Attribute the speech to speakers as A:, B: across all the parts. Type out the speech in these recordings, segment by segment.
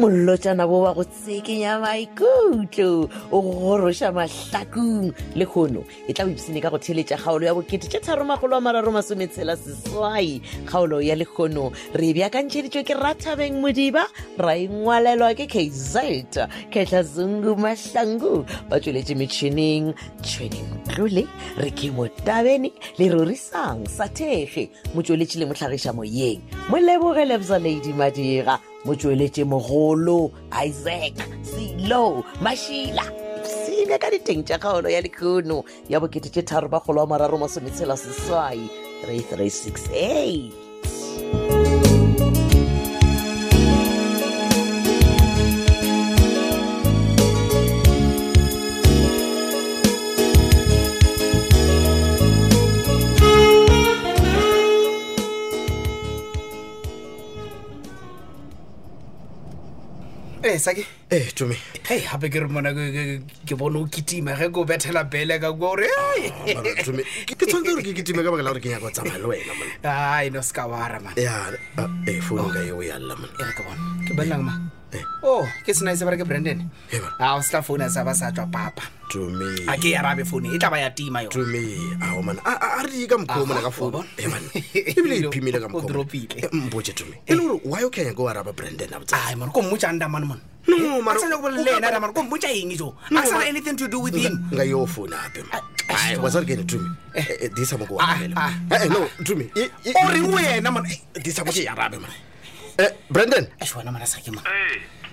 A: mollotjana bo ba go tshekenya maikutlo o go goroša mahlakong le kgono e tla boipsene ka go theletša kgaolo ya bokete tše tharomagolo a mararo masometshela seswai kgaolo ya lekgono re e beakantšheditšwe ke rathabeng modiba ra engwalelwa ke kz ketlhazungu mahlangu ba tsweletše metšhineng tšhweneng tlole re ke motabene le rorisang sathege motsweletši le motlhagiša moyeng moleboge lebza ladi madira motsweletše mogolo isaac selo mašila senya ka diteng tša kgaolo ya lekhono ya bokete tše tharo bagolo wa mararo masometshela seswai 3368
B: ee sake
C: ee tumi
B: hei gape ke re mona ke- ke- ke bone o ketima ge ke o bethela bele ka kua gore
C: mara tumi ke ke tshwanetse gore ke ketime ka baka la gore ke nyaka go tsamaya le wena mona
B: ai no se ka wara man
C: ya a- e founu ka eo yalla mona
B: ere ke bone ke bolelang ma
C: Eh.
B: o ke sena e se bare ke brandon
C: Hei bana.
B: a o se tla founu a sa ba sa tswa papa
C: tumi
B: a ke yarabe founu e tla ba ya tima yone
C: tumi Ah, ao mana a- a a re di ka mokgwa mona
B: Aha,
C: ka
B: wa
C: founu
B: bona?
C: e mana ebile e phimile ka
B: O dropile.
C: mmpotse tumi e le gore why o kenya ke wa raba branden a botsa
B: ai man ko mmotsa andamane mone
C: No, mara-
B: sa nyako bolela le ena ramane ko mmotsa eng jo
C: No,
B: a sana
C: mara-
B: anything to do with him
C: nga yo founu ape
B: Ah, ah, shit.
C: wasare kene tumi Eh, disa moko
B: Ah, ah.
C: no tumi e- e-
B: o reng wena mone
C: disa mo ke ya rabe mana Eh, branden
B: asona mana sa ke ma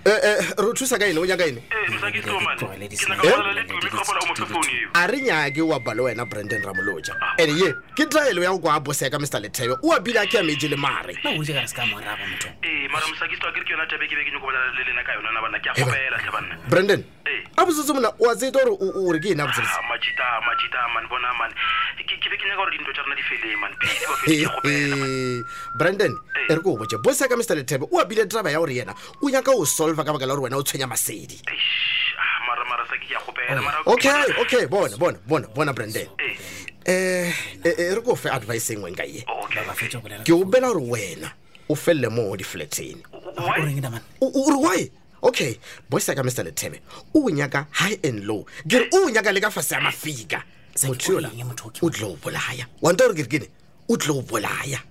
D: Ee,
C: eh, eh, re o thusa ka ene o nyaka ene
D: ee, sa ke tsomane ke
B: Tlogele di
D: nyaka
B: sena-
D: go bala le tumi ka bola o mo fe founu eo
C: a re nyake wa bale wena branden ramoloja and ye ke taelo ya go kwa a boseka mr lethebe o apile a ke ameje le mare
B: na oje kare se ka moraba motho
D: ee mara mosaki tsoa ke re ke yona tabe ke be ke nyako bala le lena ka yona na banna ke a
C: Eh, ba-
D: kgopela tlhe banna
C: branden
D: Ee.
C: a botsetse mona o a tseta gore o re ke ene a botsetse
D: Ah, machita machita man bona man ke ke be ke nyaka gore dintho tsa rona di fele man pele ba fele ke kgopela man.
C: Hehe. branden
D: Ee.
C: e re ke o botse boseka mr lethebe o apile traba ya gore yena o nyaka o solva ka baka la gore wena o tshwenya masedi
D: Eish, ah, mara mara sa ke ke a kgopela mara
C: Oh. okay okay bona bona bona bona branden
D: Ee.
C: um re ko fe advice engweng ka ye
D: okay
B: ba fetse go bolela
C: ke o bela gore wena o felele moo di-flateng
B: o
D: why
B: reng damane
C: O- o re why okay boysa ka mr lethebe o nyaka high and low ke re o nyaka le ka fase ya mafika
B: Saki,
C: motho yola
B: o eng motho o ke-
C: o tlo o bolaya wanta gore ke re kene o tlo o bolaya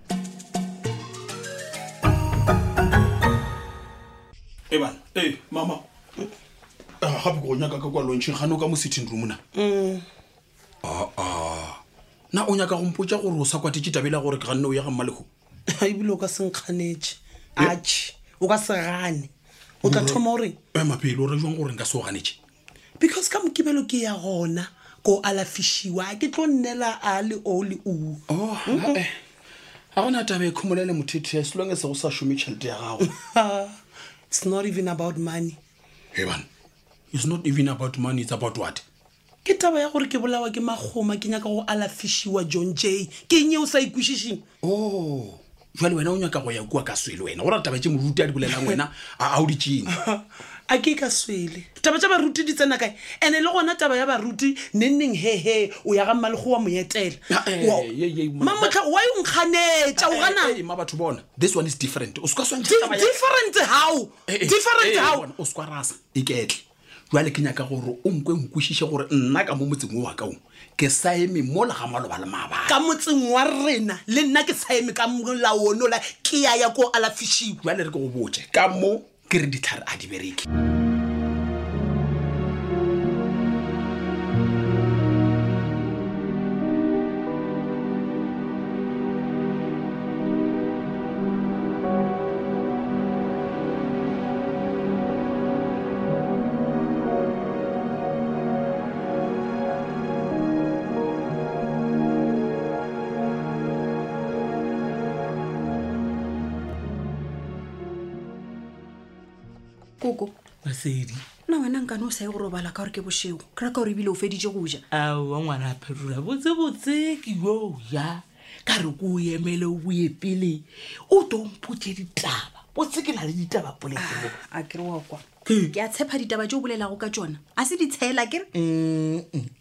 E: e bana ee mama Ah, gape ke go nyaka ka kwa lontšheng gane o ka mo sitting room na aa na o nyaka go mpotsa gore o sa kwatetse tabela gore ke ganne o ya ga mmalego
F: ebile o ka senkganetse atšhe o ka se gane o tla thoma gore
E: e mapele o re jang gore nka se o ganetse
F: because ka mokibelo ke ya gona ko alafišiwa ha ke tlo nnela a le o le u
E: o ae ga gona taba e kgomolele mothetheya selonge se go sa šome tšhelete ya gago
F: it's not even about money
E: e bana it's not even about money it's about what
F: ke taba ya gore ke bolawa ke magoma ke nyaka go alafišiwa john j ke eng e o sa ikwešišeng
E: o jale wena o nyaka go ya kua ka swele wena gore taba tse moruti a di bolelang wena a o di tsene
F: a ke ka swele taba tsa baruti di tsena kae and-e le gona taba ya baruti nenneng hehe o ya ga mmalego wa moetela
E: Ah, eh,
F: Wa-
E: ye, ye, Eh, mo-
F: mamotlha wa o nkganetša o ganang
E: ma batho bona this one is different o seka swantšha taba ya-
F: different how
E: Eh, eh,
F: different
E: eh, eh,
F: how
E: bona, o sekwa rasa iketle jale ke nyaka gore o nkwe nkwešiše gore nna ka mo motseng o wa kao ke saeme mo le ga maloba le mabaka
F: ka motseng wa rena le nna ke saeme ka molaono la ke ya ya ko alafišiwa
E: jale re ke go botse ka mo ke re ditlhare a di bereke
G: koko
H: basedi
G: nna wena nkane o sa ye go robala ka gore ke bošego ke raka gore ebile o feditse go ja
H: aowa ngwana a phetola botsebotse ke yo ja ka re ko o emele o boye pele o to mpotse ditaba botse ke na le ditaba polekelo
G: Ah, a kere wa kwa
H: Ke? Mm.
G: ke a tshepa ditaba tse o bolelago ka tsona a se di tshela kere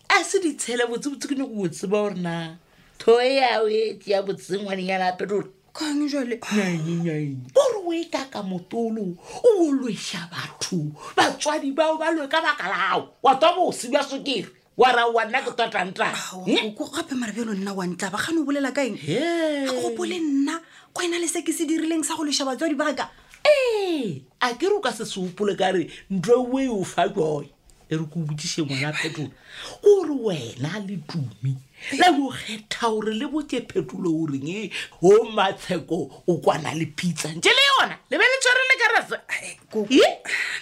H: a se
F: e
H: ditshele botsebotse ke nyako o tseba gore na thoe yaoetse ya botsengwaneng yana a phetola
G: kgang jale
F: nyanyenyanyen kore o e ka ka motolo o o lweša batho batswadi bao ba lwe ka baka lao wa twa bosi bja sukiri wa ra wa nna ke totantang
H: Eh?
G: ko gape marabelo nna wa ntlaba gane o bolela ka eng ga gopole nna ko ena le se ke se dirileng sa go lesa batswadi baka
F: ee a ke re o ka se seopole ka re ntlo e o fa joy e re ko botsiše ngwana phetola kore wena le tumi la yo kgetha gore le botse phetolo o reng e o matsheko o kwana le pitsa nte le yona le be le tshwere le karasa
G: Koko,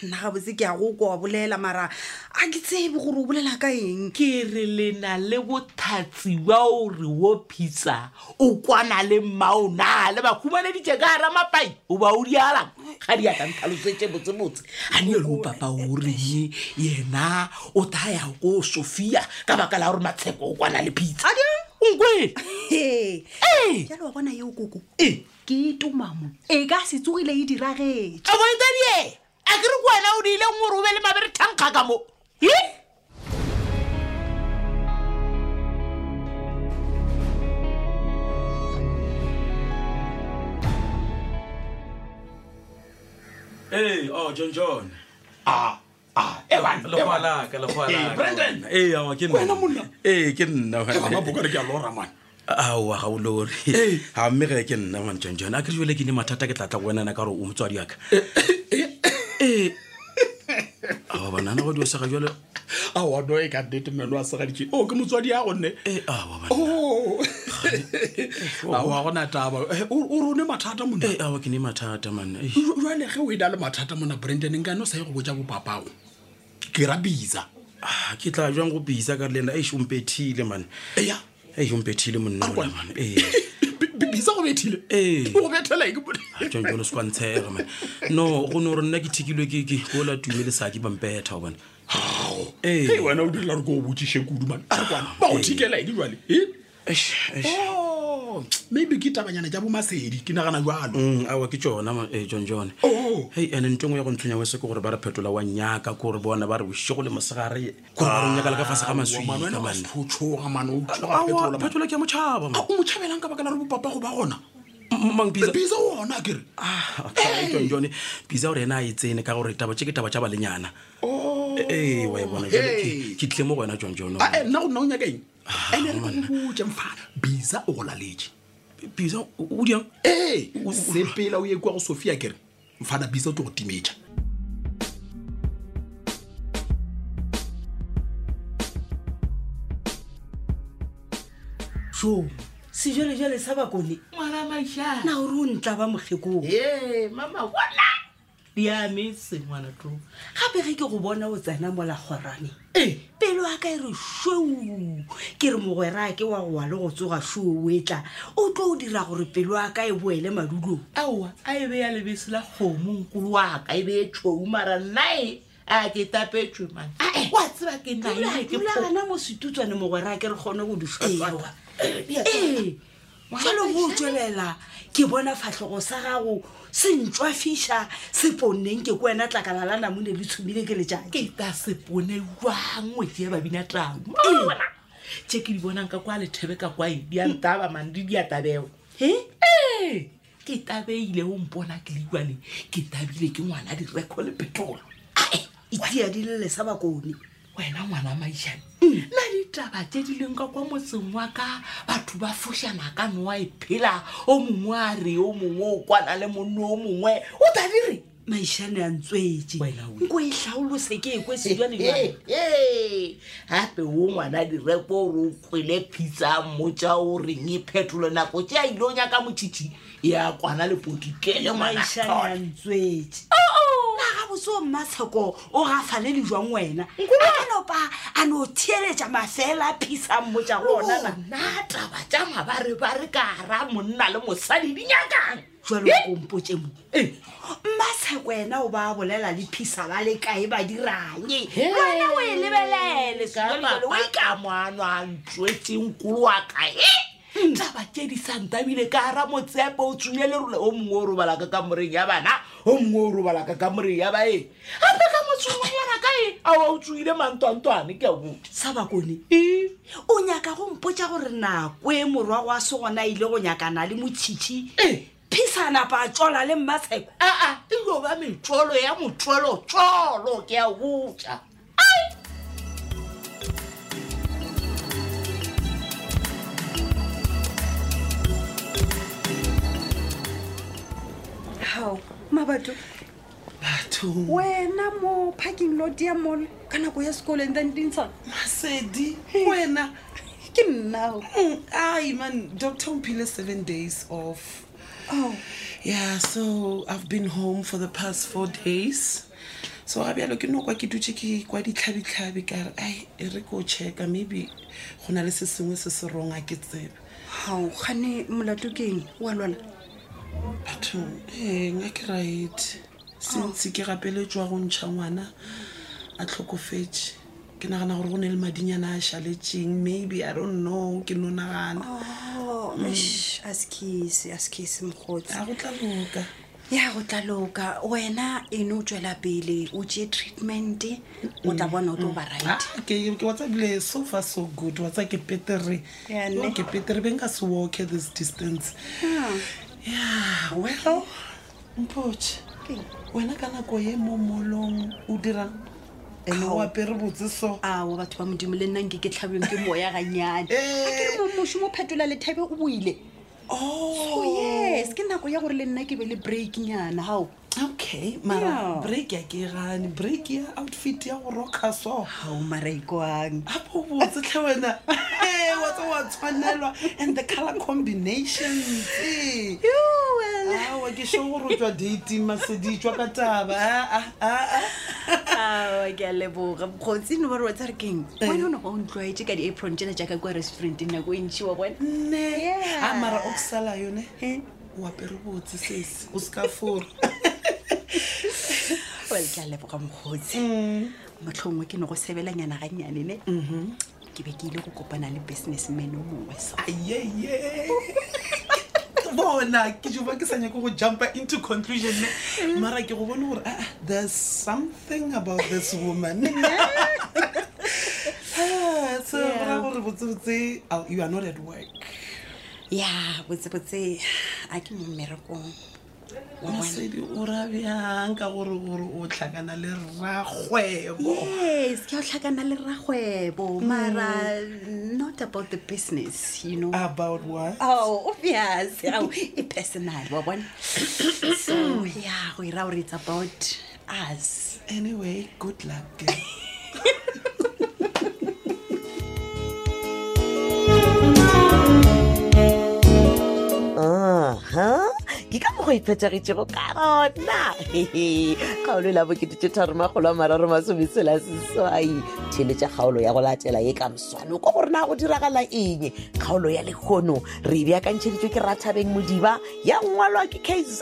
G: nna ga botse ke ya go ko wa bolela mara a ke tsebe gore o bolela ka eng
F: ke re lena le bothatsi wa ore wo pitsa o kwana le mmaona le bakhumaneditše ka gara mapai o ba o dialang ga di aka ntlhalosetse botsebotse a ne le papa o reng yena o taya ko sofia ka baka la gore matsheko o kwana le pitsa onkwe
G: ee
F: ee
G: jalo wa bona eo koko
F: ee
G: ke tomamo e ka se tsogile e diragetse
F: a boetsadie a ke re ko wena o diileng gore o be le mabere thankga ka mo e
C: ee o john john
E: ewanwena
C: lekgoalaka
E: Eh, Brendan!
C: lekgoalakaeaa ke
E: Wena monna!
C: ee ke nna
E: mabokane ke a lora mane
C: aowa ga o lore
E: Eh.
C: ga mme ge ke nna man john john a ke jole ke ne mathata ke tlatla go wenana ka gore o motswadi aka
E: Eh,
C: ee aa banana ba diosaga jale
E: a wano e ka nnete mmeno a segadike o Oh, ke motswadi ya gonne
C: ee aa
E: Oh. a wa gona taba Eh, o o rone mathata monna
C: ee aa ke ne mathata manna Eish.
E: Jwa- jwale ge o e na le mathata mona branden nka no sa ye go botja bopapago ke ra bisa
C: Ah, ke tla jwang go bisa ka re le ena ee ompethile man
E: eya
C: ee ompethile monna
E: a re
C: ona
E: kwana
C: man ee
E: Bi- bi- bisa go bethile
C: Ee.
E: go bethela eng monna?
C: jonjolo se kwantshega man no go ne gore nna ke thekilwe ke ke- ke ola tume le saki bampetha obone Ee.
E: Hei, wena o direla re ko o botsiše kudu mane a re kwana ba go thikela eng jale maybe ke tabanyana ja bomasedi ke nagana jalo
C: awa Mm, ke tsona john john
E: Oh.
C: hei ande ntengwe ya go ntshwenya wese ke gore ba re phetola wa nyaka ke gore bona ba re bošego le mosegare kore ba re o nyaka le ka fase ga maswika man
E: maswikaotshoga mane o
G: Ah,
E: tshoga
C: awa
E: phetola man.
C: phetola ke ya motšhaba
E: A, o mo tšhabelang ka baka la re bopapa go ba gona
C: mangpisa
E: bisa ona kere
C: Ah, john john bisa gore ena a e tsene ka gore taba tše ke taba tša balenyana ee wa e bona jwale ke-
E: Hey.
C: ke tlile mo go wena john john
E: ae nna go nna o eh, nyaka eng ande re botse mfana bisa oh, o go laletse
C: bisa o- o diang
E: ee o Eh, sepela o ye kwa go sophia kere mfana bisa o tlo go timetša
I: so sejalejale sa bakone
F: ngwana mašaa
G: na ore o ntla ba mokgekong
F: ee mama bona di ametse ngwana to
G: gape ge ke go bona o tsena molagorane
F: ee
G: pelo a ka e re shweu ke re mogwera ke wa goa le go tsoga shoo o etla o tlo o dira gore pelo a ka e boele madulong
F: aowa a e be ya lebese la kgomo nkolo waka e be e tšhou mara nnae a ke tapetswe man
G: Ae.
F: wa tseba ke naile ke pho-
G: dulagana mo setutswane mogwera ke re kgone go
F: Aowa.
G: dišwa
F: Bja tseba.
G: ee jalo bo o tswelela ke bona fatlhogo sa gago sentswa fiša seponneng ke ko wena tlakala la namone le tshomile ke lejake
F: ke ka sepone jwang wetse ya babina tao tše ke di bonang ka kwa lethebe ka kwae di a ntaba man di di a tabeo
G: e
F: ee ke tabeile o mpona ke le jale ke tabile ke ngwana direko le petolo ae
G: itia di lele sa bakone
F: wena ngwana maišane nna ditaba tse di leng ka kwa motseng wa ka batho ba fošana ka noa e phela o mongwe a re o mongwe o kwana le monne o mongwe o tadire
G: maišane a ntswetse
F: Wena o-
G: nko e tlhaolose ke e kwe sejwanejane
F: gape o ngwana direko ore o kwele pitsa mmotsa o reng e phetolo nako tse a ile o nyaka motšhitšhi ya kwana lepotikele
G: maišane a
F: ngwana
G: ntswetse na ga bose o mmatsheko o gafale le jwang wena a nopa a no theeletša mafela a phisa mmotsa go ona na
F: na taba tša mabarebare ka ra monna le mosadi di nyakang
G: jalo kompotse mo mmatsheko ena o ba bolela le phisa ba le kae ba dirang lwana o e lebelele
F: ka
G: sejwanejale, o e
F: mabaka moano a ntswetseng kolo wa kae
J: taba ke di santabile ka gara motsepe o tswile lerole o mongwe o robalaka ka moreng ya bana o mongwe o robalaka ka moreng ya baeng gape ka motswengwana kae ao o tswile mantwantwane ke a botse
K: sa bakone o nyaka go mpotsa gore nako e morwago a segona a ile go nyakana le motšhitšhi phisanapa a tsola le mmatsheko
J: aa Eh. e yo ba metsolo ya motswelo-tsolo ke a botsa
G: gao mabato
J: Hmm.
F: batho
G: wena mo parking lot ya mole ka nako ya sekolong than dintshang
F: masedi
J: Hmm.
F: wena
G: ke nnao
F: Mm, ai man doctor mphile seven days off
G: oh
F: yeah so i've been home for the past four days so ga bjalo ke no kwa ke dutse ke kwa ditlhabitlhabi ka re ai e re ko checka maybe go na le se sengwe se se wrong a ke tsebe
G: gao gane molato ke eng wa lwala
F: batho eng a ke right sentse ke gapeletswa go ntšha ngwana a tlhokofetse ke nagana gore go ne le madinyana a šaletseng maybe i don't know ke no nagana
G: Oh, Mm. a sekise a sekise mogotsi
F: a go tla loka
G: ya go tla loka wena e ne o tswela pele o tee treatment o tla bona o tlo ba right
F: Ah, ke ke watsa bile so far so good watsa ke petere
G: Ya, ne?
F: Yo, ke petere be nka se walke this distance
G: Ah,
F: ya well mpoche
G: Keng?
F: wena ka nako ye mo molong o dirang ande o
G: Ao.
F: apere botse so
G: ao batho ba modimo le nnanke ke tlhabjweng ke moya gannyane
F: Eh.
G: akere mo mošomo o phetola lethabe o boile oh yes ke nako ya gore le nna ke be le breaknyana gao
F: okay mara
G: Yeah.
F: break ya ke gane break ya outfit ya go roka so
G: gao maraikwang
F: gape o botse tlhe wena Eh, wa tsa wa tshwanelwa and the color combinations ee awa ke sho gore o tswa dating maseditswa ka taba Ah, ah, ah, ah.
G: Aowa, ke a leboga bokgotsi ne bare wa tsa re keng wena o ne ba o ntlwaetse ka di-apron tsela jaaka kwa restauranteng nako e ntšhiwa bona
F: Mm. nne
G: Yeah.
F: a Ah, mara o sala yone
G: Eh.
F: o apere botse sese o seka fora
G: well ke a leboga mokgotsi motlhongwe ke ne go sebelanyana gannyane ne ke be ke ile go kopana le business man o mongwe so
F: ayeye bona ke juba ke sanya ko go jumpa into conclusion ne mara ke go bone gore aa there's something about this woman Ah, so ra gore botsebotse oh, you are not at work
G: ya botsebotse a ke mo mmerekong Wa bona?
F: mosedi o rabjang ka gore gore o tlhakana le rragwebo
G: yes Eh, ke a o tlhakana le rragwebo mara not about the business you know
F: about what
G: oh obvious Ao, e personal wa bona so ya go ira gore it's about us
F: anyway good luck girl.
A: aha ke ka mo go iphetagetsego ka rona Hehe. kgaolo e la boketetše tharomagolo a mararo masometsela seswai theletša kgaolo ya go latela ye ka moswane o kwa gore na go diragala eng kgaolo ya lekgono re e beakantšheditšwe ke rathabeng modiba ya ngwalwa ke kz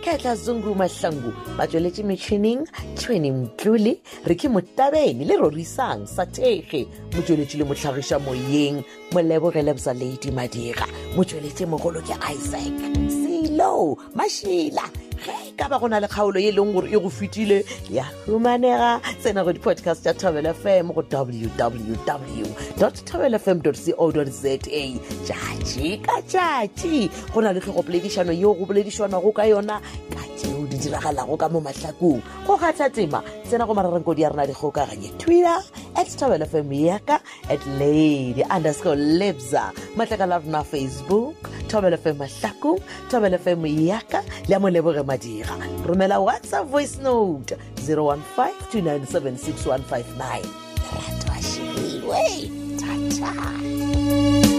A: ketla zungu mahlangu ba tsweletše metšhineng tšhweni mtlole re ke motabene le rorisang sa thege motsweletši le motlhagiša moyeng molebogele bosa ladi madira motsweletše mogolo ke isaac selo mašila ge ka ba go na le kgaolo ye e leng gore e go fetile ya humanega tsena go di-podcast tša tobel fm go www tobel fm co za tšatši ka tšatši go na le tlhogopoledišano yeo go boledišanwago ka yona ka tšeo di diragalago ka mo mahlakong go kgatlha tema tsena go mararankodi ya rena dikgokaganye twitter at tobel fm yaka at lady underscore lebza matlakala a rena facebook tobel fm mahlaku tobel fm yaka le a moleboge madira romela whatsapp voice note 01529766159 ratwa shiriwe tata